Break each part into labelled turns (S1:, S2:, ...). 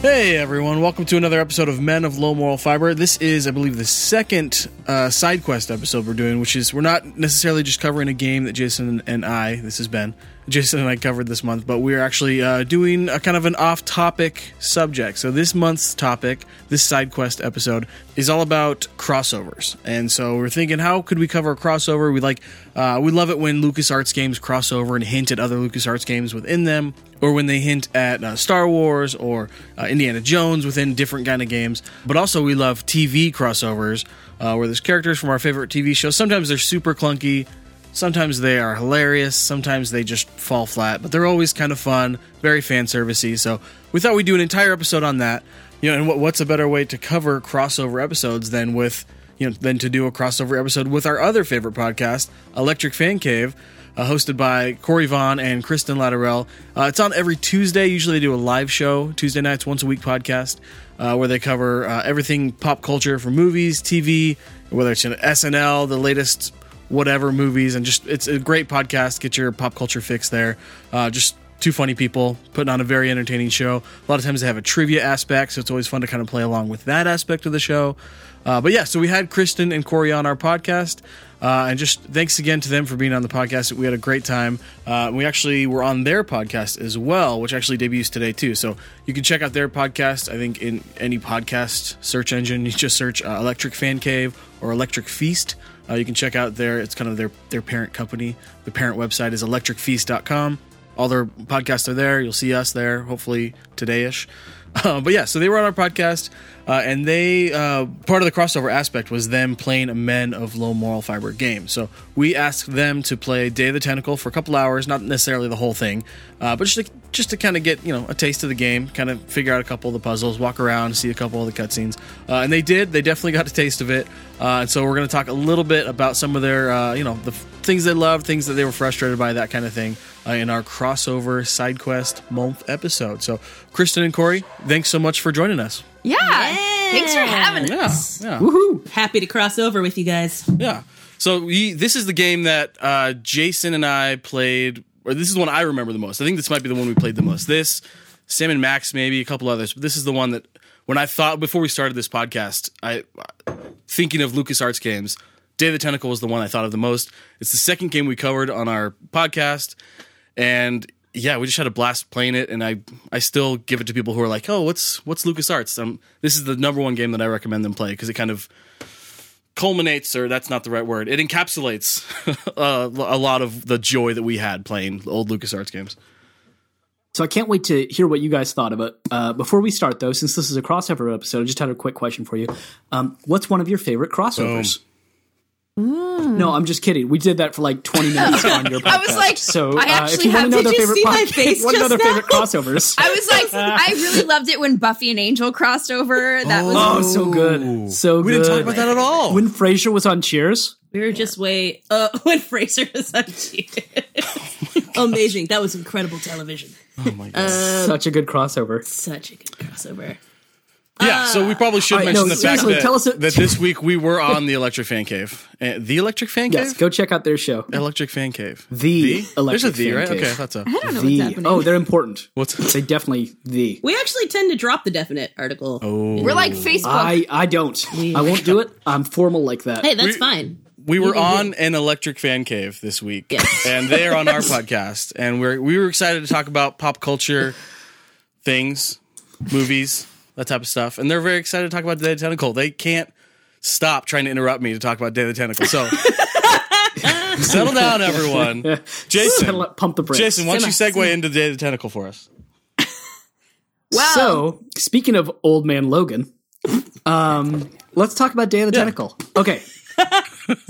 S1: Hey everyone, welcome to another episode of Men of Low Moral Fiber. This is, I believe, the second uh, side quest episode we're doing, which is we're not necessarily just covering a game that Jason and I, this is Ben, Jason and I covered this month, but we're actually uh, doing a kind of an off topic subject. So this month's topic, this side quest episode, is all about crossovers. And so we're thinking, how could we cover a crossover? We like, uh, we love it when LucasArts games cross over and hint at other LucasArts games within them or when they hint at uh, Star Wars or uh, Indiana Jones within different kind of games. But also, we love TV crossovers uh, where there's characters from our favorite TV shows. Sometimes they're super clunky, sometimes they are hilarious, sometimes they just fall flat. But they're always kind of fun, very fan servicey. So we thought we'd do an entire episode on that. You know, and what, what's a better way to cover crossover episodes than with you know than to do a crossover episode with our other favorite podcast, Electric Fan Cave uh, hosted by Corey Vaughn and Kristen Latterell. Uh, it's on every Tuesday. Usually they do a live show, Tuesday nights, once a week podcast, uh, where they cover uh, everything pop culture from movies, TV, whether it's an SNL, the latest whatever movies, and just it's a great podcast. Get your pop culture fix there. Uh, just two funny people putting on a very entertaining show. A lot of times they have a trivia aspect, so it's always fun to kind of play along with that aspect of the show. Uh, but yeah, so we had Kristen and Corey on our podcast. Uh, and just thanks again to them for being on the podcast. We had a great time. Uh, we actually were on their podcast as well, which actually debuts today too. So you can check out their podcast. I think in any podcast search engine, you just search uh, Electric Fan Cave or Electric Feast. Uh, you can check out their it's kind of their their parent company. The parent website is electricfeast.com. All their podcasts are there. You'll see us there, hopefully today ish. Uh, but yeah, so they were on our podcast, uh, and they uh, part of the crossover aspect was them playing a Men of Low Moral Fiber game. So we asked them to play Day of the Tentacle for a couple hours, not necessarily the whole thing, uh, but just to, just to kind of get you know a taste of the game, kind of figure out a couple of the puzzles, walk around, see a couple of the cutscenes, uh, and they did. They definitely got a taste of it, uh, and so we're going to talk a little bit about some of their uh, you know the f- things they loved, things that they were frustrated by, that kind of thing, uh, in our crossover side quest month episode. So Kristen and Corey, thanks so much for joining us.
S2: Yeah. Thanks for having
S1: Yeah,
S2: us.
S1: yeah.
S3: Woohoo! Happy to cross over with you guys.
S1: Yeah. So we, this is the game that uh, Jason and I played, or this is the one I remember the most. I think this might be the one we played the most. This, Sam and Max, maybe a couple others, but this is the one that when I thought before we started this podcast, I thinking of LucasArts games, Day of the Tentacle was the one I thought of the most. It's the second game we covered on our podcast, and yeah, we just had a blast playing it. And I, I still give it to people who are like, "Oh, what's what's LucasArts?" Um, this is the number one game that I recommend them play because it kind of culminates or that's not the right word it encapsulates uh, a lot of the joy that we had playing old lucasarts games
S3: So I can't wait to hear what you guys thought of it. Uh, before we start, though, since this is a crossover episode, I just had a quick question for you. Um, what's one of your favorite crossovers? No, I'm just kidding. We did that for like 20 minutes on your podcast.
S2: Mm. I was like,
S3: so
S2: I
S3: uh, if
S2: actually
S3: you want to
S2: have-
S3: know
S2: did
S3: their
S2: you
S3: favorite,
S2: see my
S3: podcast-
S2: face
S3: what are their
S2: just now?
S3: favorite crossovers?
S2: I was like, I really loved it when Buffy and Angel crossed over. That was
S3: oh, so good, so
S1: we
S3: good.
S1: didn't talk about that at all
S3: When Frasier was on Cheers,
S4: We were just way uh, when Fraser was on Cheers.
S2: Oh,
S4: Amazing! That was incredible television.
S1: oh my god
S3: such a good crossover.
S4: Such a good crossover.
S1: yeah so we probably should
S3: all right,
S1: mention
S3: no,
S1: the fact
S3: seriously,
S1: that,
S3: tell us a-
S1: that this week we were on the electric fan cave Uh, the electric fan
S3: Yes,
S1: cave
S3: go check out their show.
S1: electric fan cave
S3: The
S1: there's a
S3: Electric
S1: the
S3: Fan
S1: right
S3: Cave.
S1: okay i thought so
S2: I don't know what's
S3: The
S2: happening.
S3: oh, they're important.
S1: what's
S3: They definitely the.
S4: We actually tend to drop the definite article. Oh,
S2: We're like Facebook.
S3: I I don't. I won't do it. I'm formal like that.
S4: hey, that's
S1: we-
S4: fine.
S1: we were on an electric fan cave this week
S4: Yes.
S1: and they're on our podcast and we're we were excited to talk about pop culture things movies that type of stuff and they're very excited to talk about day of the tentacle they can't stop trying to interrupt me to talk about day of the tentacle so settle down everyone
S3: Gotta
S1: jason
S3: let- pump the brakes.
S1: jason why don't you segue into day of the tentacle for us
S2: well,
S3: So, speaking of old man Logan, um, let's talk about Day of the Tentacle. Okay,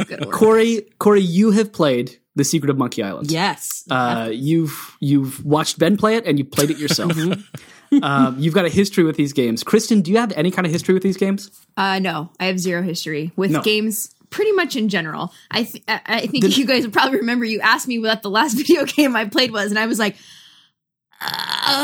S2: good word.
S3: Corey, Corey, you have played The Secret of Monkey Island.
S4: Yes,
S3: Uh, you've you've watched Ben play it, and you played it yourself. um, you've got a history with these games. Kristen, do you have any kind of history with these games?
S2: Uh, no, I have zero history with
S3: No.
S2: games. Pretty much in general, I th- I- I think you guys would probably remember you asked me what the last video game I played was, and I was like,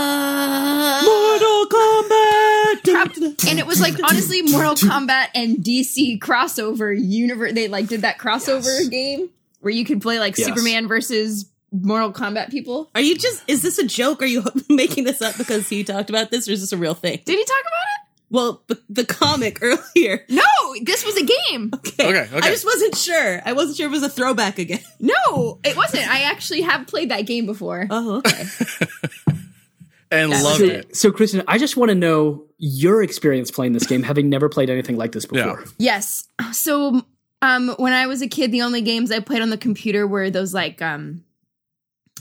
S2: uh,
S3: Mortal Kombat.
S2: prob- and it was like honestly Mortal Kombat and DC crossover universe. They like did that crossover game where you could play like
S3: Yes.
S2: Superman versus Mortal Kombat people.
S4: Are you just? Is this a joke? Are you making this up because he talked about this, or is this a real thing?
S2: Did he talk about
S4: Well, b- the comic earlier.
S2: it? No, this was a game.
S1: Okay, okay.
S4: I just wasn't sure. I wasn't sure if it was a throwback again.
S2: No, it wasn't. I actually have played that game before.
S4: Oh, okay.
S1: and loved
S3: so,
S1: it.
S3: so, Kristen, I just want to know your experience playing this game, having never played anything like this before.
S2: Yes. So um when I was a kid, the only games I played on the computer were those like um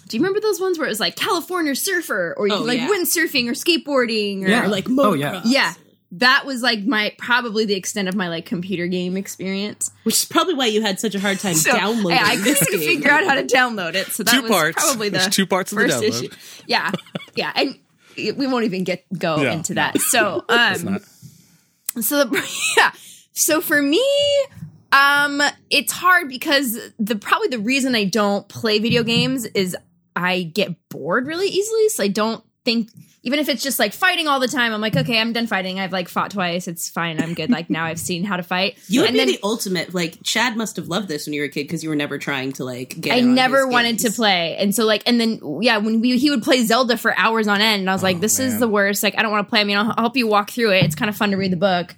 S2: do you remember those ones where it was like California surfer or you
S4: Oh,
S2: like
S4: yeah.
S2: windsurfing or skateboarding or
S3: Yeah.
S4: Or like
S3: Oh, yeah.
S4: motocross.
S2: yeah. That was like my probably the extent of my like computer game experience.
S4: which is probably why you had such a hard time
S2: So
S4: downloading.
S2: I, I
S4: this
S2: couldn't
S4: game.
S2: figure out how to download it. So that
S1: Two
S2: was
S1: parts.
S2: probably the
S1: There's two parts of the
S2: first
S1: download.
S2: issue. Yeah, yeah, and it- we won't even get go
S1: Yeah.
S2: into that. So um, so the, yeah, so for me, um, it's hard because the probably the reason I don't play video games is I get bored really easily. So I don't think even if it's just like fighting all the time, I'm like, okay, I'm done fighting. I've like fought twice. It's fine. I'm good. Like now I've seen how to fight.
S4: You would
S2: and
S4: be
S2: then
S4: the ultimate. Like Chad must have loved this when you were a kid because you were never trying to like get.
S2: I
S4: in on
S2: never
S4: his
S2: wanted to
S4: games.
S2: play. And so like and then yeah, when we he would play Zelda for hours on end and I was like this is
S1: Oh, man.
S2: the worst. Like I don't want to play. I mean, I'll, I'll help you walk through it. It's kind of fun to read the book.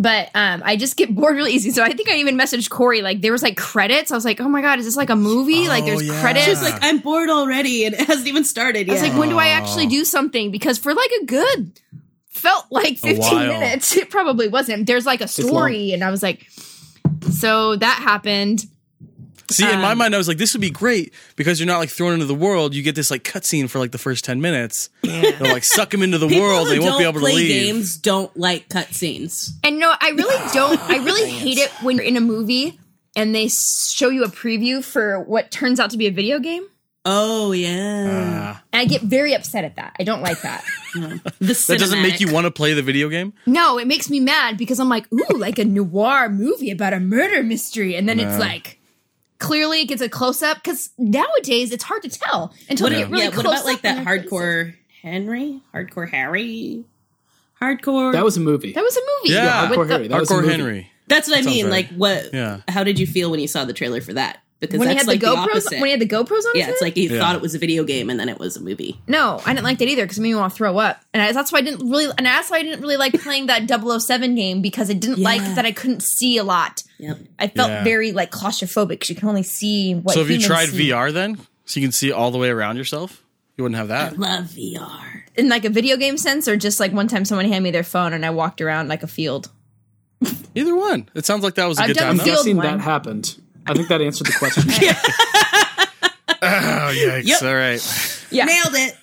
S2: But um I just get bored really easy. So I think I even messaged Corey like there was like credits. I was like, "Oh my god, is this like a movie? like
S1: Oh,
S2: there's
S1: yeah.
S2: credits."
S1: She's
S4: It's like I'm bored already, and it hasn't even started
S2: I
S4: yet.
S2: was like, "When do I actually do something?" Because for like a good felt like 15
S1: while.
S2: minutes. It probably wasn't. There's like a
S3: long.
S2: story and I was like so that happened.
S1: See, in
S4: Um,
S1: my mind, I was like, this would be great because you're not like thrown into the world. You get this like cutscene for like the first ten minutes. They'll like suck them into the
S4: People
S1: world.
S4: who
S1: They won't be
S4: don't
S1: able to
S4: play
S1: leave.
S4: Games don't like cutscenes.
S2: And no, I really don't. I really hate it when you're in a movie and they s- show you a preview for what turns out to be a video game.
S4: Oh yeah,
S1: Ah.
S2: And I get very upset at that. I don't like that.
S4: the
S1: That doesn't make you
S4: cinematic.
S1: want to play the video game.
S2: no, it makes me mad because I'm like, ooh, like a noir movie about a murder mystery. And then it's like, clearly it gets a close up because nowadays it's hard to tell until
S4: What,
S2: they
S4: yeah,
S2: get really
S4: what
S2: close
S4: about
S2: up
S4: like that
S2: on their faces.
S4: hardcore Henry, hardcore Harry, hardcore?
S3: That was a movie.
S2: That was a movie.
S1: Yeah,
S2: with
S3: Hardcore
S2: the-
S3: Harry, that was a
S1: Hardcore
S3: movie.
S1: Henry.
S4: That's what I mean.
S1: right.
S4: Like what?
S1: Yeah.
S4: How did you feel when you saw the trailer for that? Because
S2: when he
S4: that's
S2: had
S4: like
S2: the
S4: the,
S2: GoPros,
S4: opposite.
S2: when he had the GoPros on his
S4: yeah,
S2: head?
S4: it's like he
S1: Yeah.
S4: thought it was a video game and then it was a movie.
S2: No, I didn't like that either because it made me want to throw up. And I, that's why I didn't really, and that's why I didn't really like playing that 007 game because I didn't like
S4: Yeah.
S2: that I couldn't see a lot.
S4: Yep.
S2: I felt
S1: Yeah.
S2: very like claustrophobic because you can only see what.
S1: So have you
S2: humans
S1: tried
S2: see.
S1: VR then? So you can see all the way around yourself? You wouldn't have that.
S4: Love VR.
S2: in like a video game sense, or just like one time someone handed me their phone and I walked around like a field?
S1: Either one. It sounds like that was a
S2: I've
S1: good
S2: done
S1: time.
S3: I'm
S1: though.
S2: field-
S3: guessing
S2: one.
S3: that happened. I think that answered the question.
S1: Oh yikes!
S4: Yep.
S1: All right.
S2: Yeah,
S4: Nailed it.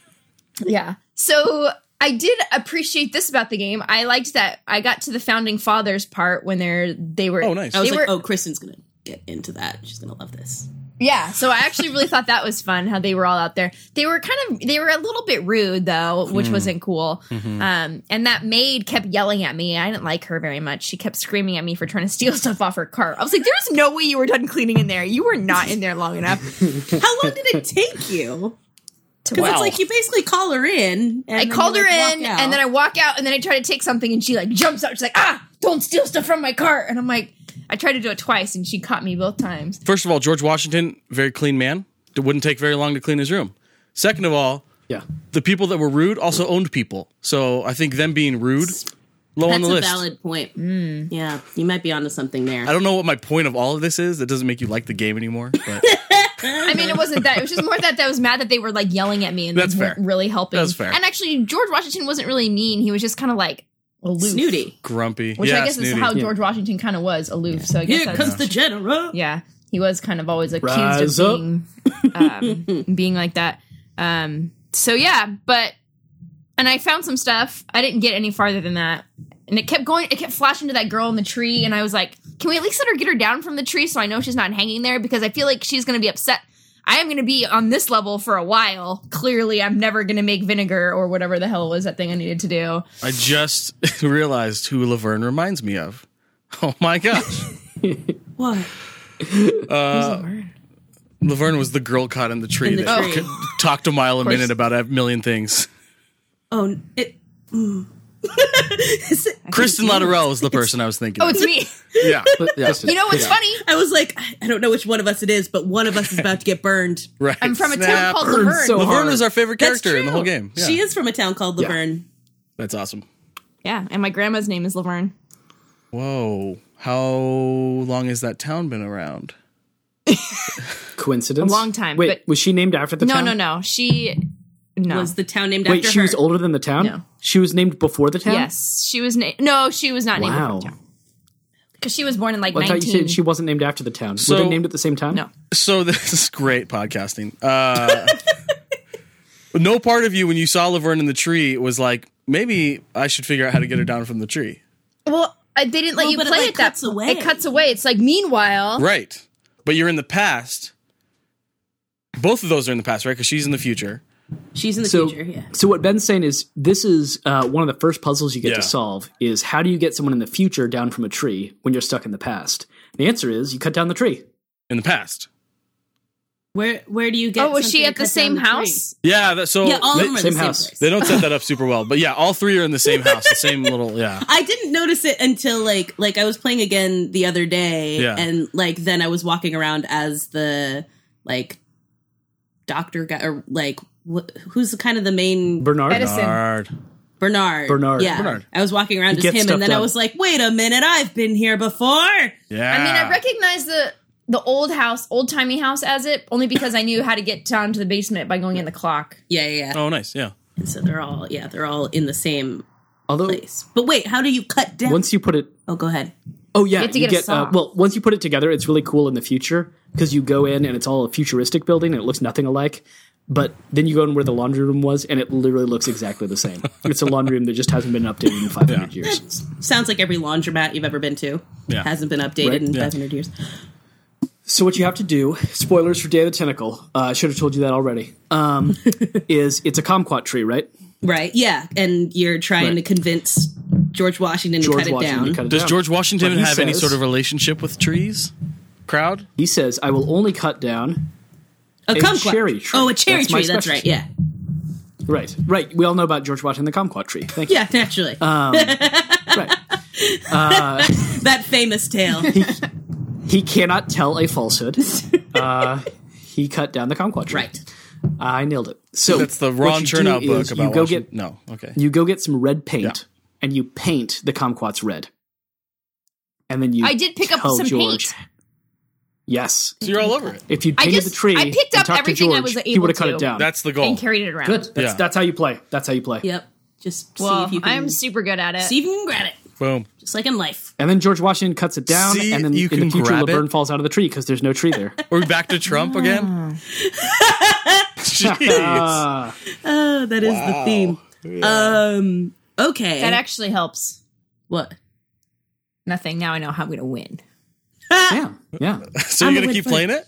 S2: yeah. So I did appreciate this about the game. I liked that I got to the founding fathers part when they're they were.
S1: Oh, nice.
S4: I was
S2: they
S4: like,
S2: were-
S4: oh, Kristen's gonna get into that. She's gonna love this.
S2: Yeah, so I actually really thought that was fun how they were all out there. They were kind of they were a little bit rude though, which wasn't cool. Um, and that maid kept yelling at me. I didn't like her very much. She kept screaming at me for trying to steal stuff off her cart. I was like, "There's no way you were done cleaning in there. You were not in there long enough."
S4: How long did it take you?
S2: To
S4: Because
S2: walk."
S4: it's like you basically call her in. And
S2: I
S4: then
S2: called
S4: you,
S2: her
S4: like, walk
S2: in,
S4: out.
S2: and then I walk out, and then I try to take something, and she like jumps out. She's like, "Ah, don't steal stuff from my cart!" And I'm like, I tried to do it twice, and she caught me both times.
S1: First of all, George Washington, very clean man. It wouldn't take very long to clean his room. Second of all,
S3: yeah.
S1: the people that were rude also owned people. So I think them being rude, low
S4: That's
S1: on the
S4: a
S1: list.
S4: valid point. Yeah, you might be onto something there.
S1: I don't know what my point of all of this is. That doesn't make you like the game anymore. But
S2: I mean, it wasn't that. It was just more that that was mad that they were like yelling at me and
S1: That's
S2: they weren't
S1: fair.
S2: really helping.
S1: That's fair.
S2: And actually, George Washington wasn't really mean. He was just kind of like aloof,
S4: Snooty.
S1: grumpy.
S2: which
S1: yeah,
S2: I guess is
S1: snooty.
S2: how George Washington kind of was aloof. So I guess
S4: Here
S2: that's,
S4: comes the general.
S2: yeah, he was kind of always accused
S3: Rise
S2: of being
S3: up.
S2: um, being like that. Um, so yeah, but and I found some stuff. I didn't get any farther than that. And it kept going. It kept flashing to that girl in the tree, and I was like, "Can we at least let her get her down from the tree so I know she's not hanging there?" Because I feel like she's going to be upset. I am going to be on this level for a while. Clearly, I'm never going to make vinegar or whatever the hell was that thing I needed to do.
S1: I just realized who Laverne reminds me of. Oh my gosh.
S4: What?
S1: Laverne was the girl caught in the tree
S4: In the
S1: that
S4: tree.
S1: could- talked a mile a minute about a million things.
S4: Oh, it. mm.
S1: Kristen Lotterell was the person I was thinking.
S2: Oh,
S1: of.
S2: it's me.
S1: yeah,
S3: But- yes,
S2: You know what's
S3: yeah.
S2: funny?
S4: I was like, I don't know which one of us it is, but one of us is about to get burned.
S1: right.
S2: I'm from a town
S1: Snap.
S2: called
S3: Burn
S2: Laverne.
S3: so hard.
S1: Laverne was our favorite
S4: That's
S1: character in the
S4: true.
S1: whole game. Yeah.
S4: She is from a town called
S3: Yeah.
S4: Laverne.
S1: That's awesome.
S2: yeah, and my grandma's name is Laverne.
S1: Whoa. How long has that town been around?
S3: Coincidence?
S2: A long time,
S3: Wait,
S2: but-
S3: was she named after the
S2: No,
S3: town?
S2: no, no. She no.
S4: Was the town named
S3: Wait,
S4: after
S3: she
S4: her?
S3: was older than the town?
S2: No.
S3: She was named before the town?
S2: yes, she was. Na- no, she was not
S3: Wow.
S2: named because she was born in like
S3: Well, I thought
S2: 19.
S3: you said she wasn't named after the town. Were
S1: So-
S3: they named at the same time?
S2: No.
S1: So this is great podcasting. Uh, no part of you when you saw Laverne in the tree was like, maybe I should figure out how to get her down from the tree.
S2: well, I, they didn't let
S4: Well,
S2: you
S4: but it,
S2: play
S4: like,
S2: it that.
S4: cuts away.
S2: It cuts away. It's like meanwhile.
S1: Right. But you're in the past. Both of those are in the past, right? Because she's in the future.
S4: She's in the
S3: So,
S4: future. Yeah.
S3: so what Ben's saying is this is uh, one of the first puzzles you get
S1: Yeah.
S3: to solve is how do you get someone in the future down from a tree when you're stuck in the past? The answer is you cut down the tree.
S1: In the past.
S4: Where Where do you get?
S2: Oh, was she
S4: something
S2: at the
S4: cut down
S2: same
S4: tree?
S2: house?
S1: Yeah. That, so
S4: Yeah, all
S1: they,
S4: of them are
S3: same
S4: the
S3: house.
S4: Same
S1: they
S4: place.
S1: don't set that up super well. But yeah, all three are in the same house, the same little, yeah.
S4: I didn't notice it until like like I was playing again the other day,
S1: Yeah.
S4: and like then I was walking around as the like doctor guy or like wh- who's kind of the main
S3: Bernard?
S2: That is- Listen.
S1: Hard.
S4: Bernard.
S3: Bernard.
S4: Yeah.
S1: Bernard.
S4: I was walking around
S3: He
S4: as
S3: gets
S4: him,
S3: stuff
S4: and then I
S3: done.
S4: was like, wait a minute, I've been here before.
S1: Yeah.
S2: I mean,
S4: Ah.
S2: I recognize the the old house, old timey house as it only because I knew how to get down to the basement by going in the clock.
S4: Yeah, yeah. yeah.
S1: Oh, nice. Yeah.
S4: And so they're all yeah, they're all in the same
S3: Although
S4: place. But wait, how do you cut down?
S3: once you put it
S4: oh, go ahead.
S3: Oh yeah,
S2: You have to get a saw.
S3: well, once you put it together, it's really cool in the future because you go in and it's all a futuristic building and it looks nothing alike. But then you go in where the laundry room was and it literally looks exactly the same. it's a laundry room that just hasn't been updated in 500 years.
S4: Sounds like every laundromat you've ever been to
S1: Yeah.
S4: hasn't been updated
S3: Right?
S4: in
S1: Yeah.
S4: 500 years.
S3: So what you have to do, spoilers for Day of the Tentacle. Uh, I should have told you that already. Um, is it's a kumquat tree, right?
S4: Right. Yeah. And you're trying
S3: Right.
S4: to convince George Washington
S3: George
S4: to cut
S3: Washington
S4: it down.
S3: cut it
S1: Does
S3: down.
S1: George Washington
S3: But he
S1: have any
S3: says-
S1: sort of relationship with trees? Crowd?
S3: He says, "I will only cut down."
S4: a kumquat.
S3: cherry tree.
S4: Oh, a cherry
S3: That's my
S4: tree. That's right.
S3: specialty.
S4: Yeah.
S3: Right, right. We all know about George Washington, the kumquat tree. Thank you.
S4: Yeah, naturally.
S3: Um, Right.
S4: that famous tale.
S3: He cannot tell a falsehood. uh, he cut down the kumquat tree.
S4: right.
S3: I nailed it. So
S1: That's the
S3: what
S1: Ron
S3: you do
S1: Chernow book
S3: is
S1: about
S3: you go
S1: Washington.
S3: get
S1: no, okay.
S3: you go get some red paint
S1: Yeah.
S3: and you paint the kumquats red, and then you.
S2: I did pick up
S3: tell
S2: some
S3: George,
S2: paint.
S3: Yes,
S1: So you're all over it.
S3: if you
S2: I
S3: painted
S2: just-
S3: the tree,
S2: I picked
S3: and
S2: up
S3: talked
S2: everything
S3: to
S2: I
S3: George,
S2: was
S3: He
S2: able
S3: would have cut
S2: to.
S3: it down.
S1: That's the goal.
S2: and carried it around.
S3: good. That's,
S1: Yeah.
S3: that's how you play. That's how you play.
S4: Yep. Just see
S2: Well,
S4: if you can.
S2: I'm super good at it.
S4: see if you can grab it.
S1: Boom.
S4: Just like in life.
S3: And then George Washington cuts it down,
S1: See,
S3: and then
S1: you
S3: in
S1: can
S3: the future,
S1: grab it.
S3: Laverne falls out of the tree because there's no tree there.
S1: Are we back to Trump again? Jeez.
S3: Ah,
S4: Oh, that is the theme. Um. Okay.
S2: that actually helps.
S4: what?
S2: Nothing. Now I know how I'm going to win.
S3: yeah, yeah,
S1: so you're gonna keep playing it?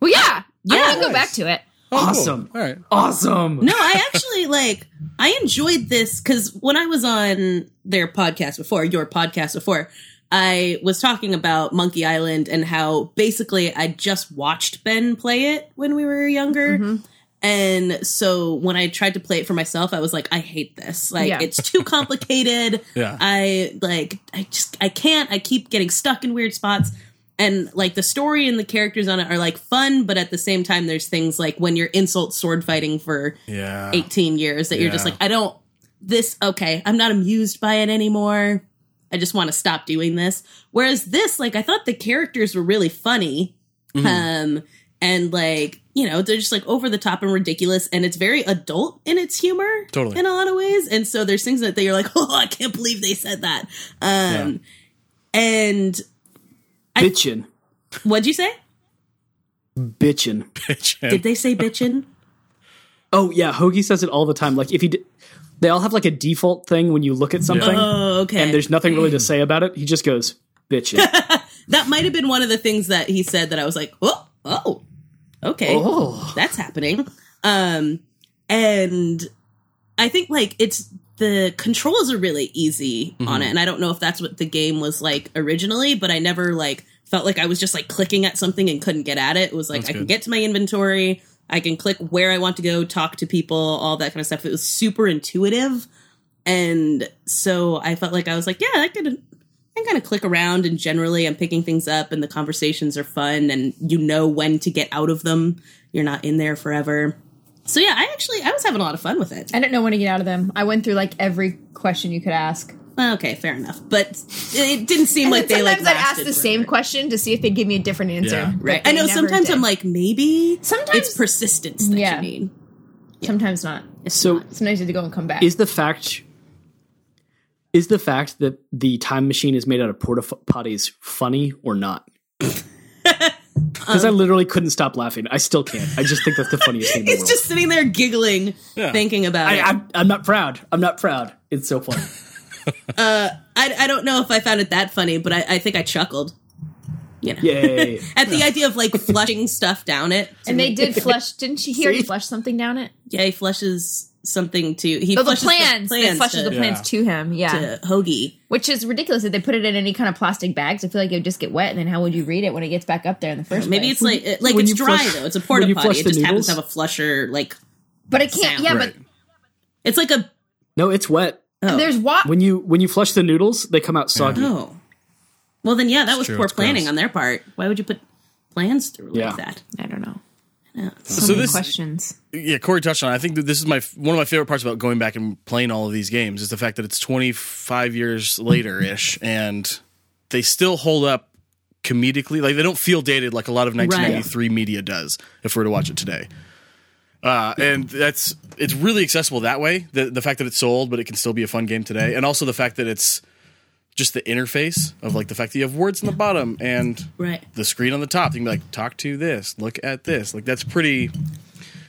S2: Well, yeah. Yeah. I'm going to
S1: Nice.
S2: go back to it.
S1: Oh, cool.
S3: Awesome.
S1: All right.
S3: awesome.
S4: No, I actually like. I enjoyed this because when I was on their podcast before, your podcast before, I was talking about Monkey Island and how basically I just watched Ben play it when we were younger. And so when I tried to play it for myself, I was like, I hate this. Like
S2: Yeah.
S4: it's too complicated.
S1: Yeah.
S4: I like I just I can't. I keep getting stuck in weird spots. And like the story and the characters on it are like fun, but at the same time there's things like when you're insult sword fighting for
S1: Yeah.
S4: 18 years that you're just
S1: Yeah.
S4: like, I don't this okay, I'm not amused by it anymore. I just want to stop doing this. Whereas this, like I thought the characters were really funny. Um and like, you know, they're just like over the top and ridiculous and it's very adult in its humor.
S1: Totally.
S4: In a lot of ways. And so there's things that you're like, oh, I can't believe they said that. Um and
S3: Bitchin',
S4: what'd you say?
S3: bitchin'.
S4: Did they say bitchin'?
S3: Oh yeah, Hoagie says it all the time. Like if you, d- they all have like a default thing when you look at something,
S4: oh, okay.
S3: and there's nothing really to say about it. He just goes bitchin'.
S4: that might have been one of the things that he said that I was like, oh, oh, okay,
S3: oh,
S4: that's happening. Um, and I think like it's the controls are really easy
S1: Mm-hmm.
S4: on it, and I don't know if that's what the game was like originally, but I never like felt like I was just like clicking at something and couldn't get at it. It was like
S1: That's
S4: I can
S1: good.
S4: get to my inventory, I can click where I want to go, talk to people, all that kind of stuff. It was super intuitive And so I felt like I was like, yeah, I could I kind of click around and generally I'm picking things up and the conversations are fun and you know when to get out of them. You're not in there forever. So yeah, I actually I was having a lot of fun with it.
S2: I don't know when to get out of them. I went through like every question you could ask.
S4: Okay, fair enough. But it didn't seem like they like
S2: sometimes I'd ask
S4: lasted
S2: the same
S4: forever.
S2: question to see if they give me a different answer.
S1: Yeah.
S2: but
S4: Right.
S2: they
S4: I know
S2: never
S4: sometimes
S2: did.
S4: I'm like maybe
S2: Sometimes-
S4: it's persistence that
S2: Yeah.
S4: you need.
S2: sometimes not.
S3: So
S2: Sometimes you have to go and come back.
S3: is the fact is the fact that the time machine is made out of porta f- potties funny or not? Because I literally couldn't stop laughing. I still can't. I just think that's the funniest thing in the
S4: He's
S3: world.
S4: just sitting there giggling,
S1: Yeah.
S4: thinking about
S3: I,
S4: it.
S3: I'm, I'm not proud. I'm not proud. It's so funny.
S4: I, I don't know if I found it that funny, but I, I think I chuckled. You know,
S3: Yay!
S4: at the idea of like flushing stuff down it.
S2: and they did flush. Didn't you hear?
S3: See?
S2: He flush something down it.
S4: Yeah, he flushes something to he
S2: Oh, the
S4: flushes
S2: plans. they flushes
S4: to,
S2: the plans to him. Yeah,
S4: to Hoagie.
S2: which is ridiculous that they put it in any kind of plastic bags. I feel like it would just get wet, and then how would you read it when it gets back up there in the first place?
S4: Maybe it's like it- like
S3: when
S4: it's
S3: you
S4: dry
S3: flush-
S4: though. It's a
S3: when
S4: porta
S3: you
S4: potty.
S3: flush
S4: It
S3: the
S4: just happens
S3: noodles?
S4: to have a flusher. Like
S2: but it can't.
S4: sound.
S2: Yeah,
S1: right.
S4: it's like a
S3: No, it's wet.
S2: but there's what?
S3: When you when you flush the noodles, they come out soggy.
S4: oh. Well then, yeah, that was
S1: true,
S4: poor
S1: it's
S4: planning
S1: gross.
S4: on their part. Why would you put plans through
S3: Yeah.
S4: like that?
S2: I don't know.
S4: Yeah.
S2: So,
S1: So
S2: many
S1: this-
S2: questions.
S1: yeah, Corey touched on. It. I think that this is my one of my favorite parts about going back and playing all of these games is the fact that it's 25 years later ish, and they still hold up comedically. Like they don't feel dated like a lot of 1993 media does. If we were to watch it today, uh, and that's it's really accessible that way. The the fact that it's sold, but it can still be a fun game today, and also the fact that it's just the interface of like the fact that you have words in the bottom and
S4: Right.
S1: the screen on the top. You can be like, talk to this, look at this. Like that's pretty.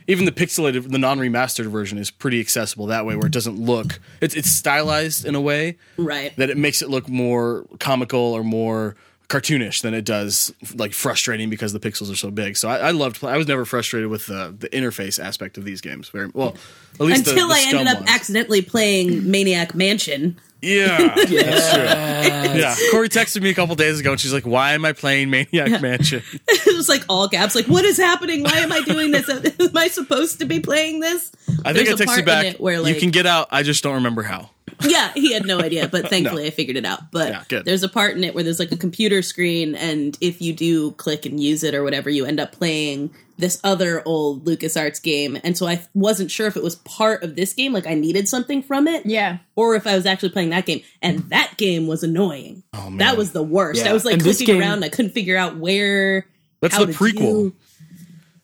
S1: Even the pixelated, the non-remastered version is pretty accessible that way, where it doesn't look. It's it's stylized in a way
S4: Right.
S1: that it makes it look more comical or more cartoonish than it does like frustrating because the pixels are so big. So I, I loved. play- I was never frustrated with the the interface aspect of these games. Very well, at least the-
S4: Until
S1: the
S4: I ended
S1: scum
S4: up
S1: ones.
S4: accidentally playing Maniac Mansion.
S1: Yeah, that's true. Yeah, Corey texted me a couple days ago, and she's like, "Why am I playing Maniac Mansion?"
S4: it was like all caps. Like, what is happening? Why am I doing this? am I supposed to be playing this?
S1: I think I
S4: There's a
S1: texted you
S4: part in
S1: back.
S4: it where, like-
S1: you can get out. I just don't remember how.
S4: Yeah, he had no idea, but thankfully I figured it out. But
S1: Yeah, good.
S4: there's a part in it where there's like a computer screen, and if you do click and use it or whatever, you end up playing this other old LucasArts game. And so I wasn't sure if it was part of this game, like I needed something from it,
S2: Yeah,
S4: or if I was actually playing that game. And that game was annoying.
S1: Oh, man.
S4: That was the worst.
S3: Yeah.
S4: I was like
S3: And this
S4: clicking
S3: game-
S4: around, and I couldn't figure out where.
S1: That's
S4: how
S1: the
S4: to
S1: prequel.
S4: do-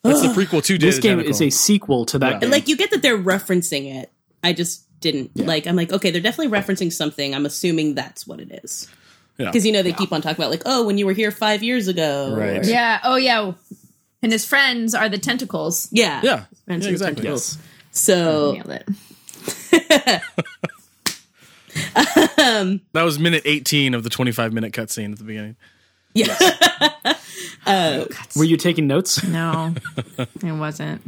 S1: That's the prequel to
S3: This
S1: Data
S3: game
S1: Tentacle.
S3: is a sequel to that.
S1: Yeah.
S3: Game.
S4: like you get that they're referencing it. I just didn't like. I'm like, okay, they're definitely referencing something. I'm assuming that's what it is.
S1: Yeah.
S4: Because you know they keep on talking about like, oh, when you were here five years ago,
S1: Right.
S4: or-
S1: Yeah.
S4: yeah,
S2: Oh yeah. And his friends are the tentacles.
S4: yeah,
S1: Yeah,
S4: Friends
S1: Yeah,
S4: with
S1: exactly.
S4: tentacles. So
S2: Nailed it.
S1: That was minute 18 of the 25 minute cutscene at the beginning.
S4: yeah,
S3: Were you taking notes?
S2: No, it wasn't.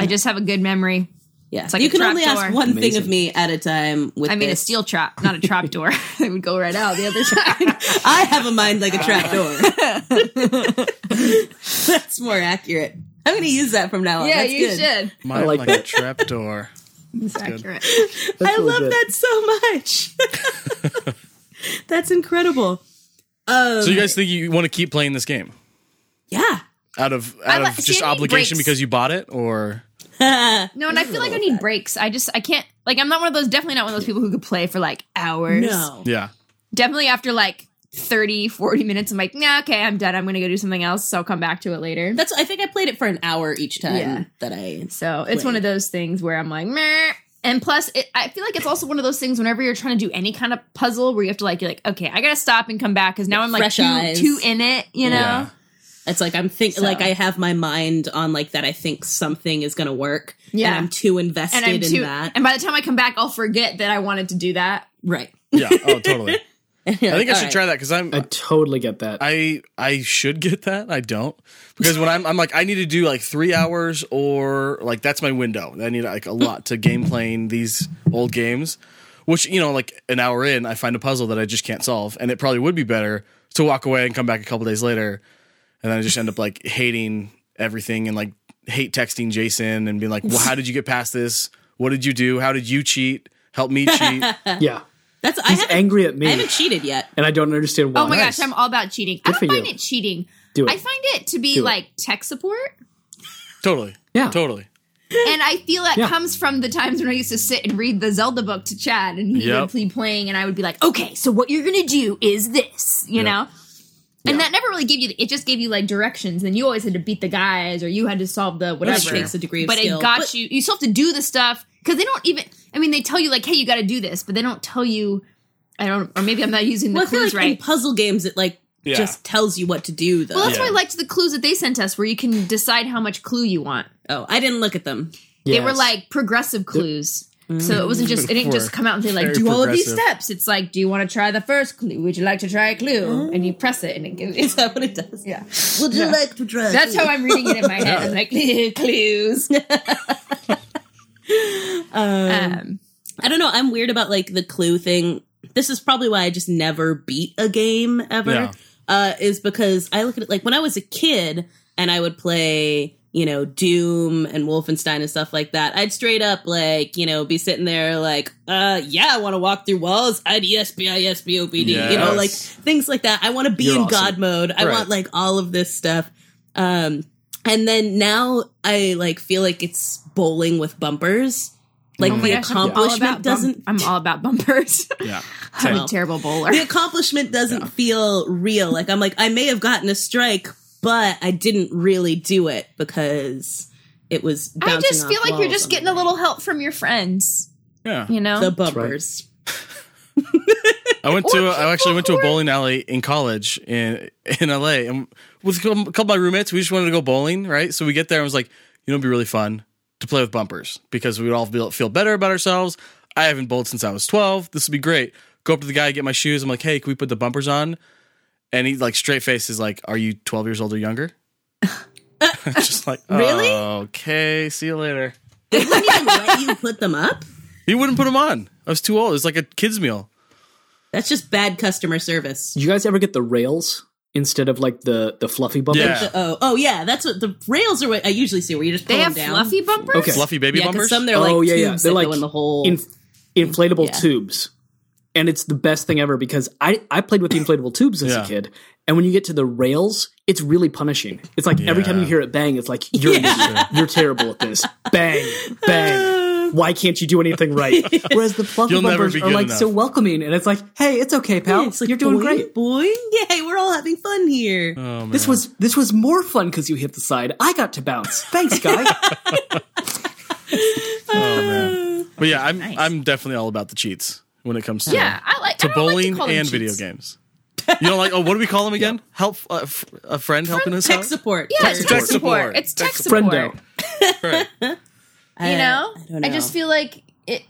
S2: I just have a good memory.
S4: yeah.
S2: like
S4: you
S2: a
S4: can only
S2: trapdoor.
S4: ask one thing of me at a time. With
S2: I mean, a
S4: this.
S2: steel trap, not a trap door. it would go right out the other side.
S4: I have a mind like a trapdoor. that's more accurate. I'm going to use that from now on.
S2: yeah,
S4: That's
S2: you
S4: good.
S2: should.
S1: My
S3: like
S1: like,
S3: that.
S1: a trapdoor.
S2: It's accurate.
S4: I love that so much. that's incredible. Um,
S1: So you guys think you want to keep playing this game
S4: yeah.
S1: out of out
S2: li-
S1: of
S2: see, I
S1: just
S2: need
S1: obligation
S2: breaks.
S1: because you bought it, or
S2: No, and I feel like I need breaks. I just I can't like I'm not one of those definitely not one of those people who could play for like hours.
S4: No.
S1: yeah,
S2: Definitely after like 30, 40 minutes I'm like, "Nah, okay, I'm done. I'm going to go do something else. So I'll come back to it later."
S4: That's I think I played it for an hour each time
S2: Yeah.
S4: that I
S2: So, it's one of those things where I'm like, Meh. And plus, it, I feel like it's also one of those things whenever you're trying to do any kind of puzzle where you have to like, you're like, okay, I gotta stop and come back because now I'm like
S4: Fresh
S2: too,
S4: eyes.
S2: too in it, you know?
S1: Yeah.
S4: it's like I'm think
S2: So.
S4: like I have my mind on like that I think something is gonna work.
S2: Yeah.
S4: And I'm too invested
S2: and I'm
S4: in
S2: too.
S4: that.
S2: And by the time I come back, I'll forget that I wanted to do that.
S4: right.
S1: yeah. Oh, totally. I think I should try that because I'm
S3: I totally get that.
S1: I I should get that. I don't because when I'm I'm like I need to do like three hours or like that's my window. I need like a lot to game playing these old games, which you know like an hour in I find a puzzle that I just can't solve, and it probably would be better to walk away and come back a couple days later, and then I just end up like hating everything and like hate texting Jason and being like, well, how did you get past this? What did you do? How did you cheat? help me cheat.
S3: Yeah.
S4: That's I
S3: He's
S4: haven't
S3: angry at me.
S4: I haven't cheated yet.
S3: and I don't understand why.
S2: Oh my
S3: Nice.
S2: gosh, I'm all about cheating.
S3: Good
S2: I
S3: for
S2: don't find
S3: you.
S2: it cheating.
S3: Do it.
S2: I find it to be
S3: Do it.
S2: like tech support.
S1: totally.
S3: Yeah.
S1: Totally.
S2: and I feel that
S3: Yeah.
S2: comes from the times when I used to sit and read the Zelda book to Chad, and he
S1: Yep.
S2: would be playing, and I would be like, "Okay, so what you're gonna do is this," you
S1: Yep.
S2: know. And that never really gave you. It just gave you like directions, and you always had to beat the guys, or you had to solve the whatever.
S1: That's true.
S4: Takes a degree of
S2: but
S4: skill.
S2: it got
S4: But-
S2: you. You still have to do the stuff because they don't even. I mean, they tell you like, "Hey, you got to do this," but they don't tell you. I don't, or maybe I'm not using the
S4: Well, I feel
S2: clues
S4: like in
S2: right.
S4: puzzle games, it like
S1: Yeah.
S4: just tells you what to do. Though.
S2: well, that's
S1: Yeah.
S2: why I liked the clues that they sent us, where you can decide how much clue you want.
S4: oh, I didn't look at them.
S2: They were
S3: Yes.
S2: like progressive clues. So it wasn't just it didn't just
S1: Were
S2: come out and say like
S1: very
S2: do all of these
S1: progressive.
S2: steps. It's like do you want to try the first clue? Would you like to try a
S4: Oh.
S2: clue? And you press it and it gives.
S4: Is that what it does?
S2: Yeah,
S4: Would you like to try?
S2: that's how I'm reading it in my head. I'm like clues. um,
S4: I don't know. I'm weird about like the clue thing. This is probably why I just never beat a game ever.
S1: Yeah.
S4: Uh, is because I look at it like when I was a kid and I would play, you know, Doom and Wolfenstein and stuff like that. I'd straight up like, you know, be sitting there like, uh, yeah, I E want to walk through walls. IDS, BIS, BOBD, you know,
S1: Yes.
S4: like things like that. I want to be
S3: You're
S4: in
S3: awesome.
S4: God mode. I
S1: Right.
S4: want like all of this stuff. Um, and then now I like feel like it's bowling with bumpers. Like
S2: oh my
S4: the
S2: gosh, I'm all about
S4: accomplishment
S2: bump-
S4: doesn't
S2: I'm all about bumpers.
S1: Yeah.
S2: I'm
S4: Well.
S2: a terrible bowler.
S4: the accomplishment doesn't feel real. Like I'm like I may have gotten a strike, but I didn't really do it because it was.
S2: I
S4: bouncing
S2: just
S4: off
S2: feel like you're
S4: walls
S2: just
S4: on
S2: getting a little help from your friends.
S1: Yeah.
S2: You know,
S4: the bumpers.
S1: I went to a, I actually
S2: people
S1: went to a
S2: who are-
S1: bowling alley in college in in LA and with a couple of my roommates we just wanted to go bowling right so we get there and was like you know it'd be really fun to play with bumpers because we would all feel, feel better about ourselves I haven't bowled since I was 12 this would be great go up to the guy get my shoes I'm like hey can we put the bumpers on and he like straight face is like are you 12 years old or younger just like
S4: Really?
S1: okay see you later
S4: They wouldn't even let you put them up.
S1: he wouldn't put them on I was too old it was like a kids meal
S4: That's just bad customer service.
S3: Did you guys ever get the rails instead of like the the fluffy bumpers?
S1: Yeah.
S4: Oh, oh yeah, that's what the rails are. What I usually see where you just pull
S2: they have
S4: them down.
S2: fluffy bumpers.
S3: Okay.
S1: fluffy baby
S4: yeah, because
S1: bumpers
S4: some they're like
S3: Oh, yeah, yeah.
S4: tubes
S3: They're
S4: that
S3: like
S4: go in the hole.
S3: In, inflatable
S4: Yeah.
S3: tubes. And it's the best thing ever because I, I played with the inflatable tubes as
S1: Yeah.
S3: a kid. And when you get to the rails, it's really punishing. It's like every time
S1: Yeah.
S3: you hear it bang, it's like, you're, an idiot. you're terrible at this. Bang, bang. Why can't you do anything right? Whereas the fluffy
S1: You'll never
S3: bumpers
S1: be
S3: are
S1: good
S3: like so
S1: enough.
S3: welcoming. And it's like, hey, it's okay, pal.
S4: it's like
S3: you're doing
S4: boing,
S3: great.
S4: boing. Yay, we're all having fun here.
S1: oh, man.
S3: This was this was more fun because you hit the side. I got to bounce. Thanks, guy.
S1: Oh man. But yeah, I'm I'm definitely all about the cheats when it comes to
S2: Yeah, I like
S1: to
S2: I don't like to
S1: bowling
S2: call them
S1: and video
S2: cheats.
S1: games. You know, like oh, what do we call them again? Help uh, f- a friend helping us
S4: Tech
S1: out.
S4: support.
S2: Yeah, it's
S1: support.
S2: tech
S1: Tech
S2: support.
S1: support.
S2: It's tech support.
S3: Friendo.
S1: Right.
S2: You know?
S4: I
S2: I,
S4: don't know.
S2: just feel like it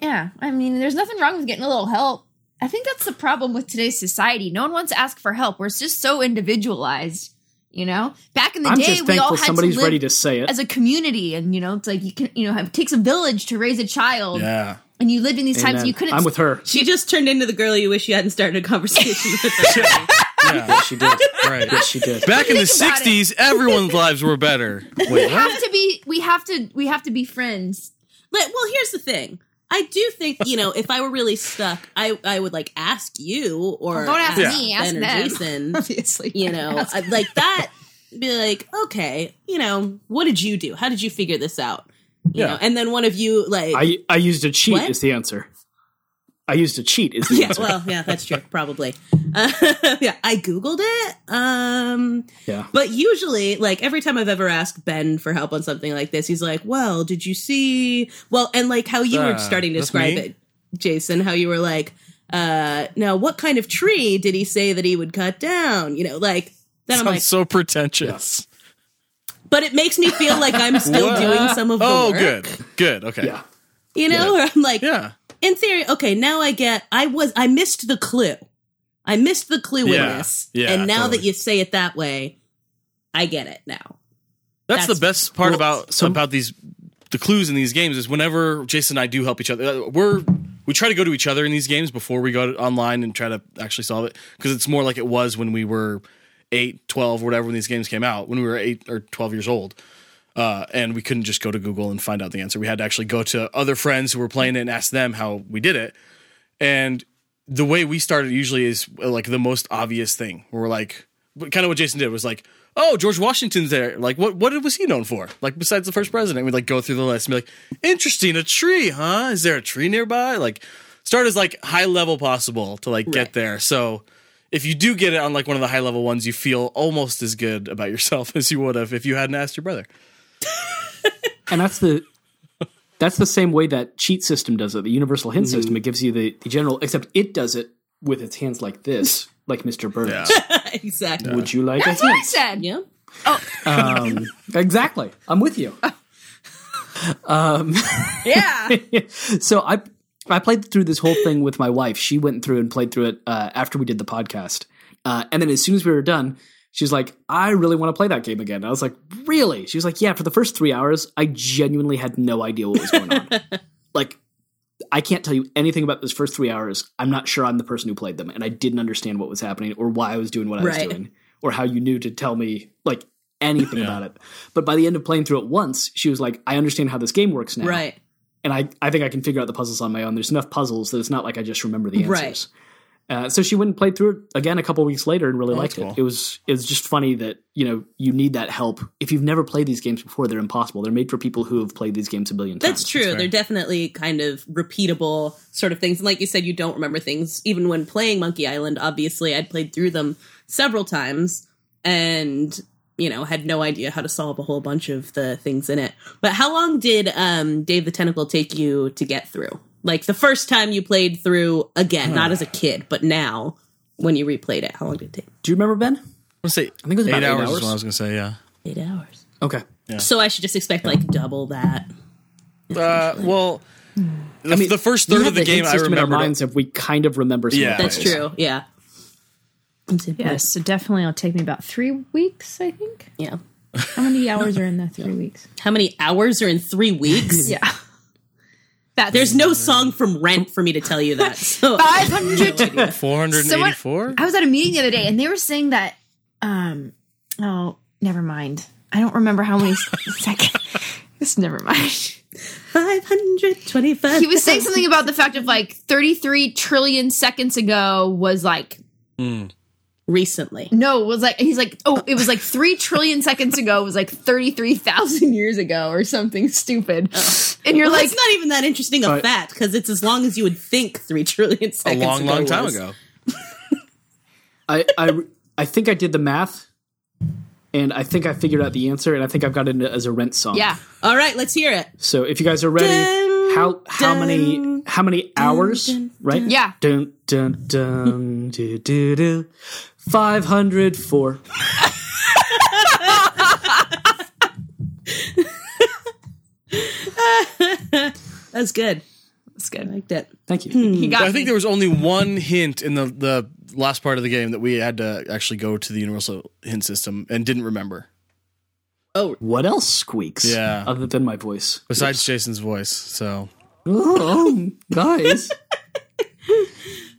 S2: Yeah, I mean, there's nothing wrong with getting a little help. I think that's the problem with today's society. No one wants to ask for help. We're just so individualized, you know? Back in the
S3: I'm
S2: day,
S3: just
S2: we all
S3: thankful
S2: had
S3: somebody's
S2: to live
S3: ready to say it.
S2: as a community and you know, it's like you can, you know, have, it takes a village to raise a child.
S1: Yeah.
S2: And you lived in these times
S3: Amen.
S2: and you couldn't
S3: I'm with her.
S4: She just turned into the girl you wish you hadn't started a conversation with.
S1: Yeah.
S3: She did.
S1: Right.
S3: She did.
S1: Back in the
S2: Think about it.
S1: '60s, everyone's lives were better. Wait,
S2: we have to be we have to we have to be friends.
S4: Like, well, here's the thing. I do think you know if I were really stuck, I I would like ask you or
S2: Don't ask
S1: Yeah.
S2: me, ask
S4: Ben or
S2: them.
S4: Jason.
S2: Obviously.
S4: You know, I'd like that. Be like, okay, you know, what did you do? How did you figure this out? You
S1: Yeah.
S4: know, and then one of you like,
S3: I I used a cheat
S4: What?
S3: is the answer. I used a cheat is the
S4: yeah,
S3: answer.
S4: well, yeah, that's true, probably. Uh, yeah, I googled it. Um,
S3: yeah.
S4: But usually, like every time I've ever asked Ben for help on something like this, he's like, "Well, did you see?" Well, and like how you were
S1: Ah,
S4: starting to
S1: that's
S4: describe
S1: me?
S4: it, Jason, how you were like, uh, "Now, what kind of tree did he say that he would cut down?" You know, like then I'm
S1: sounds
S4: like,
S1: so pretentious.
S4: but it makes me feel like I'm still
S1: What?
S4: doing some of the
S1: Oh,
S4: work,
S1: good, good. Okay.
S3: Yeah.
S4: You know, or I'm like,
S1: Yeah.
S4: in theory, okay, now I get. I was I missed the clue. I missed the clue in
S1: Yeah,
S4: this,
S1: yeah,
S4: and now that
S1: totally.
S4: you say it that way, I get it now.
S1: That's,
S4: That's-
S1: the best part
S3: Well,
S1: about
S3: some-
S1: about these the clues in these games is whenever Jason and I do help each other, uh, we're we try to go to each other in these games before we go to- online and try to actually solve it because it's more like it was when we were 8, 12, whatever when these games came out, when we were 8 or 12 years old. Uh, and we couldn't just go to Google and find out the answer. We had to actually go to other friends who were playing it and ask them how we did it. And the way we started usually is uh, like the most obvious thing. We're like, kind of what Jason did was like, oh, George Washington's there. Like, what what was he known for? Like, besides the first president, we'd like go through the list and be like, interesting, a tree, huh? Is there a tree nearby? Like, start as like high level possible to like get
S4: Right.
S1: there. So if you do get it on like one of the high level ones, you feel almost as good about yourself as you would have if you hadn't asked your brother.
S3: and that's the that's the same way that cheat system does it. The universal hint
S4: Mm-hmm.
S3: system it gives you the, the general, except it does it with its hands like this, like Mr. Burns.
S4: exactly.
S3: Would you like
S2: That's
S3: a
S2: what
S3: hint?
S2: I said.
S4: Yeah.
S3: Um, exactly. I'm with you. Um,
S2: Yeah.
S3: So I I played through this whole thing with my wife. She went through and played through it uh, after we did the podcast. Uh, and then as soon as we were done, she's like, "I really want to play that game again." I was like, "Really?" She was like, "Yeah." For the first three hours, I genuinely had no idea what was going on. like, I can't tell you anything about those first three hours. I'm not sure I'm the person who played them, and I didn't understand what was happening or why I was doing what I
S4: Right.
S3: was doing or how you knew to tell me like anything about it. But by the end of playing through it once, she was like, "I understand how this game works now."
S4: Right.
S3: and I, I think I can figure out the puzzles on my own. There's enough puzzles that it's not like I just remember the
S4: Right.
S3: answers. Uh, so she went and played through it again a couple weeks later and really liked
S1: that's cool.
S3: it. It was it was just funny that you know you need that help if you've never played these games before. They're impossible. They're made for people who have played these games a billion times.
S4: That's true. They're definitely kind of repeatable sort of things. And like you said, you don't remember things. Even when playing Monkey Island, obviously, I'd played through them several times and, you know, had no idea how to solve a whole bunch of the things in it. But how long did um, Dave the Tentacle take you to get through? Like the first time you played through again, not as a kid, but now when you replayed it, how long did it take?
S3: Do you remember Ben?
S1: I'm gonna say I
S3: think it was about eight
S1: hours,
S3: hours.
S1: is what I was gonna say. Yeah.
S4: Eight hours.
S3: Okay,
S4: So I should just expect like double that.
S1: Uh, well, the, the first
S3: We
S1: third
S3: have
S1: of the,
S3: hint
S1: game I
S3: system in our
S1: remember.
S3: minds if we kind of remember. Some
S1: Yeah.
S3: of the
S4: That's
S3: puzzles.
S4: true. Yeah.
S2: yeah. So definitely, it'll take me about three weeks. I think.
S4: Yeah.
S2: How many hours are in the three weeks?
S4: How many hours are in three weeks?
S2: Yeah. That's
S4: There's no song from Rent for me to tell you that. So
S2: 500
S1: Four hundred and eighty-four.
S2: I was at a meeting the other day and they were saying that um oh never mind. I don't remember how many seconds. This never mind.
S4: 525.
S2: He was saying something about the fact of like 33 trillion seconds ago was like
S4: recently.
S2: no was like he's like oh it was like 3 trillion seconds ago was like 33,000 years ago or something stupid. And you're
S4: Well,
S2: like
S4: it's not even that interesting a
S3: Sorry.
S4: fact because it's as long as you would think three trillion
S1: A
S4: seconds.
S1: long, long time
S4: was.
S1: ago.
S3: I, I I think I did the math, and I think I figured out the answer, and I think I've got it as a rent song.
S2: yeah.
S4: All right, let's hear it.
S3: So if you guys are ready,
S4: Dun,
S3: how how
S4: dun,
S3: many how many hours?
S4: dun,
S3: right?
S2: Yeah.
S3: Dun dun dun do do do. Five hundred four.
S4: That's good.
S2: It's good.
S4: Liked it.
S3: Thank
S4: Hmm.
S3: you.
S2: He got
S1: I think
S2: me.
S1: there was only one hint in the the last part of the game that we had to actually go to the universal hint system and didn't remember.
S3: What else squeaks?
S1: Yeah.
S3: Other than my voice.
S1: Besides Jason's voice, so
S3: Oh, guys.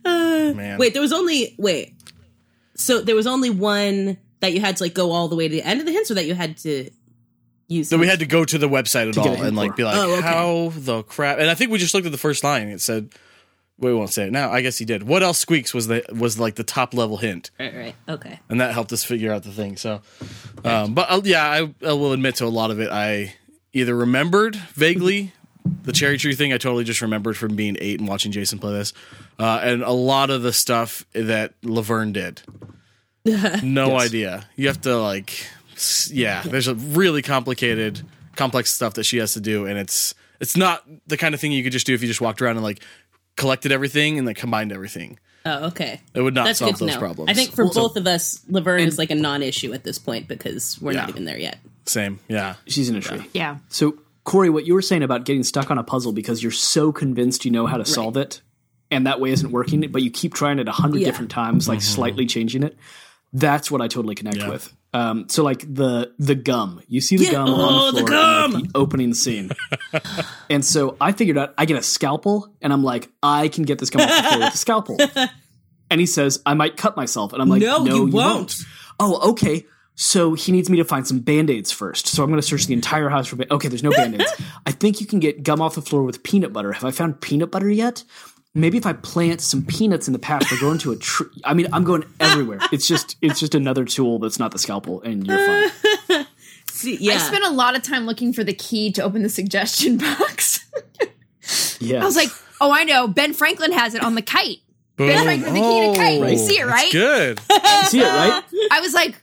S1: man,
S4: Wait, there was only wait. So there was only one that you had to like go all the way to the end of the hints, or that you had to use.
S1: so we had to go to the website at
S3: get
S1: all
S3: a hint
S1: and
S3: for.
S1: like be like,
S4: Oh, okay.
S1: how the crap? And I think we just looked at the first line. It said, we won't say it now. I guess he did. What else squeaks was the was like the top level hint.
S4: Right, right. Okay.
S1: and that helped us figure out the thing. So, um, but uh, yeah, I, I will admit to a lot of it. I either remembered vaguely the cherry tree thing. I totally just remembered from being eight and watching Jason play this, uh, and a lot of the stuff that Laverne did. no idea. You have to like, s- yeah. There's a really complicated, complex stuff that she has to do, and it's it's not the kind of thing you could just do if you just walked around and like collected everything and like combined everything.
S4: Oh, okay.
S1: It would not
S4: That's
S1: solve
S4: good to
S1: those
S4: know.
S1: problems.
S4: I think for both of us, Laverne is like a non-issue at this point because we're not
S1: Yeah.
S4: even there yet.
S1: Same, yeah.
S3: She's in a tree.
S2: yeah.
S3: So Corey, what you were saying about getting stuck on a puzzle because you're so convinced you know how to solve it, and that way isn't working, but you keep trying it a hundred
S4: Yeah.
S3: different times, like slightly changing it. That's what I totally connect with. Um, so like the the gum, you see the
S4: Yeah.
S3: gum on
S4: Oh,
S3: the
S4: the
S3: floor in, like,
S4: gum!
S3: the opening scene, and so I figured out I get a scalpel, and I'm like, I can get this gum off the floor with a scalpel. And he says, I might cut myself, and I'm like, No, you, won't. Oh, okay. So he needs me to find some band aids first. So I'm going to search the entire house for. Ba- okay, there's no band aids. I think you can get gum off the floor with peanut butter. Have I found peanut butter yet? Maybe if I plant some peanuts in the path, they're going to a tree. I mean, I'm going everywhere. It's just, it's just another tool that's not the scalpel, and you're fine.
S4: See, yeah.
S2: I spent a lot of time looking for the key to open the suggestion box.
S3: Yeah,
S2: I was like, oh, I know. Ben Franklin has it on the kite. Ben Franklin, the key to kite. You see it, right?
S1: That's good.
S3: see it right?
S2: I was like,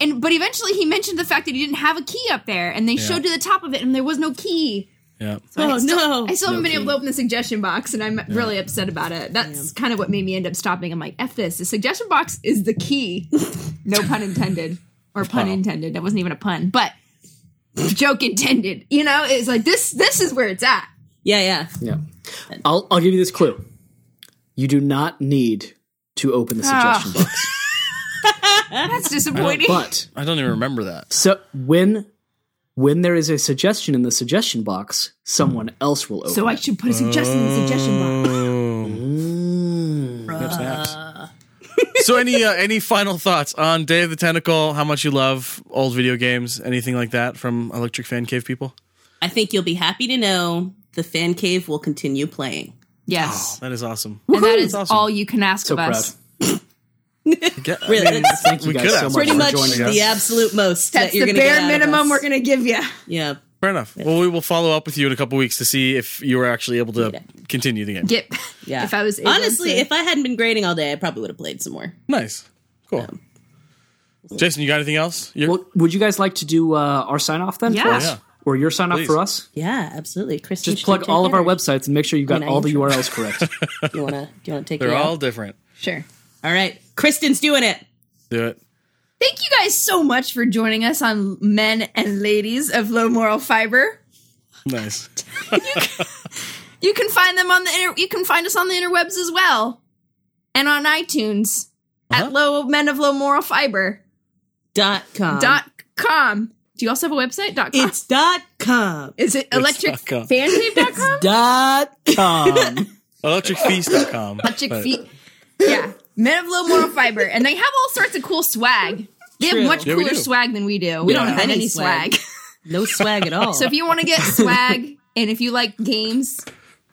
S2: and but eventually he mentioned the fact that he didn't have a key up there, and they showed to the top of it, and there was no key.
S1: yeah.
S4: oh no.
S2: I still haven't been able to open the suggestion box, and I'm really upset about it. That's kind of what made me end up stopping. I'm like, f this. The suggestion box is the key. no pun intended, or pun intended. That wasn't even a pun, but joke intended. You know, it's like this. This is where it's at.
S4: yeah, yeah.
S3: Yeah. I'll I'll give you this clue. You do not need to open the
S4: Ah.
S3: suggestion box.
S2: That's disappointing.
S3: But
S1: I don't even remember that.
S3: so when when there is a suggestion in the suggestion box, someone else will open.
S2: So I should put a suggestion in the suggestion box.
S1: Oh. Snaps, snaps. so any uh, any final thoughts on Day of the Tentacle? How much you love old video games? Anything like that from Electric Fan Cave people?
S4: I think you'll be happy to know the fan cave will continue playing.
S2: Yes.
S1: That is awesome.
S2: and that
S1: Woohoo!
S2: is
S1: That's awesome.
S2: all you can ask
S3: so
S2: of
S3: proud.
S2: us.
S1: Get- I
S4: Really,
S1: mean,
S4: that's
S3: Thank you
S1: We
S3: guys
S1: could
S3: so
S1: ask.
S3: much
S4: pretty
S3: for
S4: much
S3: joining us.
S4: the absolute most
S2: That's
S4: that you're
S2: the
S4: gonna get
S2: bare
S4: out of
S2: minimum
S4: us.
S2: we're going to give you.
S4: Yeah.
S1: fair enough. Well, we will follow up with you in a couple weeks to see if you were actually able to continue the game.
S2: Get
S4: Yeah.
S2: if I was able
S4: honestly,
S2: to-
S4: if I hadn't been grading all day, I probably would have played some more.
S1: Nice, cool. Jason, you got anything else? You're-
S3: Well, would you guys like to do uh, our sign off then?
S2: Yeah.
S3: For us?
S1: Yeah.
S3: Or your sign off
S1: Please.
S3: for us?
S4: Yeah, absolutely. Chris, you
S3: Just
S4: should
S3: plug
S4: check
S3: all of
S4: it
S3: our
S4: out.
S3: websites and make sure you've got
S4: When I
S3: all the
S4: intro.
S3: URLs correct.
S4: You wanna do you wanna take it
S1: they're
S4: out?
S1: all different.
S2: sure.
S4: all right. Kristen's doing it.
S1: Do it.
S2: Thank you guys so much for joining us on Men and Ladies of Low Moral Fiber.
S1: Nice.
S2: You can find them on the inter- you can find us on the interwebs as well, and on iTunes at Low Men of Low Moral Fiber
S4: Dot com.
S2: dot com. Do you also have a website? Dot com.
S4: it's dot com.
S2: Is it electric
S1: dot com.
S2: dot com?
S3: Dot com.
S1: Electricfeast.com.
S2: Electric feet. Yeah, Men of Low Moral Fiber, and they have all sorts of cool swag. They have much
S1: Yeah, we
S2: cooler
S1: do.
S2: swag than we do. We
S4: Yeah.
S2: don't have
S4: Any
S2: any
S4: swag.
S2: swag.
S4: No swag at all.
S2: So if you want to get swag and if you like games,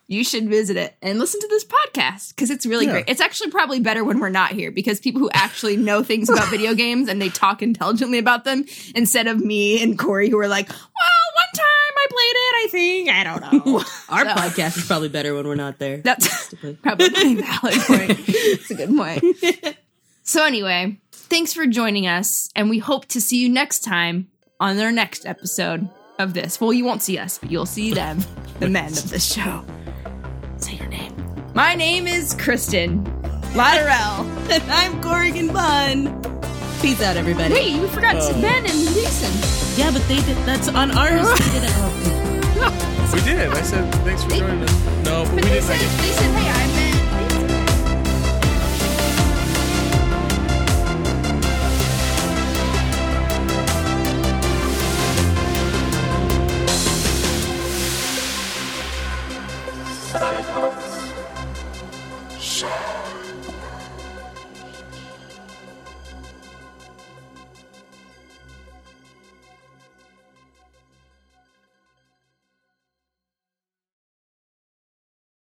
S2: you should visit it and listen to this podcast because it's really
S1: Yeah.
S2: great. It's actually probably better when we're not here because people who actually know things about video games and they talk intelligently about them instead of me and Corey who are like, well, one time I played it, I think. I don't know.
S4: our
S2: So-
S4: podcast is probably better when we're not there.
S2: That's probably a valid point. It's a good point. So anyway, thanks for joining us, and we hope to see you next time on their next episode of this. Well, you won't see us, but you'll see them, the men of this show. Say your name. My name is Kristen Laterell.
S4: And I'm Corrigan Bun. Peace out, everybody.
S2: Hey, you forgot to Ben and Jason.
S4: Yeah, but they did. That's on ours. they did it wrong.
S1: We did. I said thanks for joining us. No, but we
S2: But they
S1: didn't. I
S2: said,
S1: guess.
S2: they said, hey, I'm Ben.